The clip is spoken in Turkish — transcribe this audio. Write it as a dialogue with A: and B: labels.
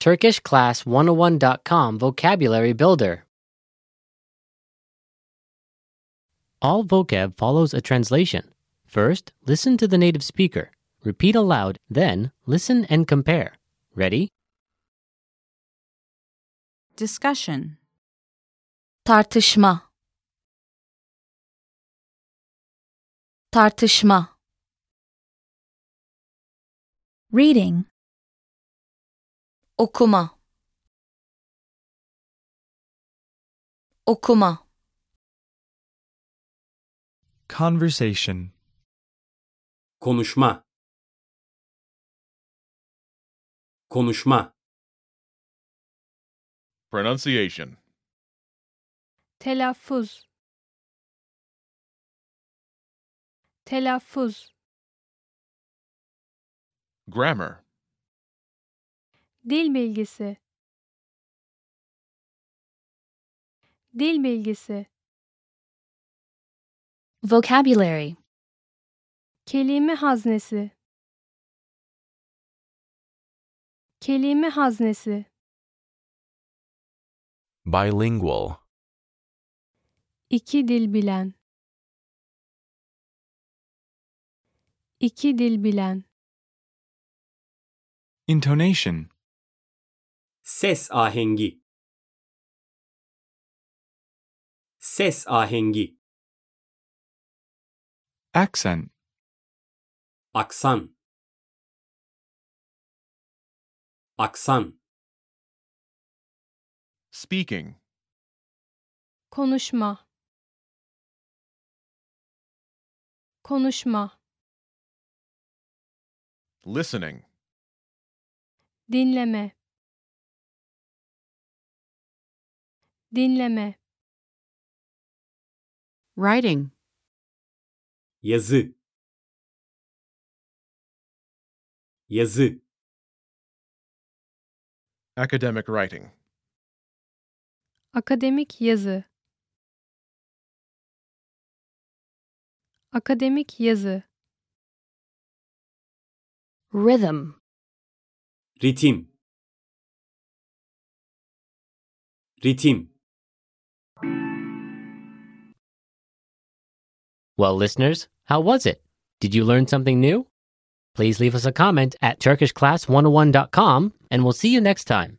A: TurkishClass101.com Vocabulary Builder. All vocab follows a translation. First, listen to the native speaker. Repeat aloud, then, listen and compare. Ready?
B: Discussion.
C: tartışma tartışma
D: Reading.
C: okuma okuma
E: Conversation.
F: Konuşma. Konuşma.
G: Pronunciation.
D: Telaffuz. Telaffuz.
G: Grammar.
D: Dil bilgisi. Dil bilgisi.
C: vocabulary
D: Kelime haznesi. Kelime haznesi.
H: Bilingual.
D: İki dil bilen. İki dil bilen.
E: Intonation.
F: Ses ahengi. Ses ahengi.
E: Accent.
F: Aksan. Aksan.
G: Speaking.
D: Konuşma. Konuşma.
G: Listening.
D: Dinleme. Dinleme.
B: Writing.
F: Yazı. Yazı.
G: Academic writing.
D: Akademik yazı. Akademik yazı.
C: rhythm
F: Ritim. Ritim.
A: Well, listeners, how was it? Did you learn something oh new? Please leave us a comment at TurkishClass101.com and we'll see you next time.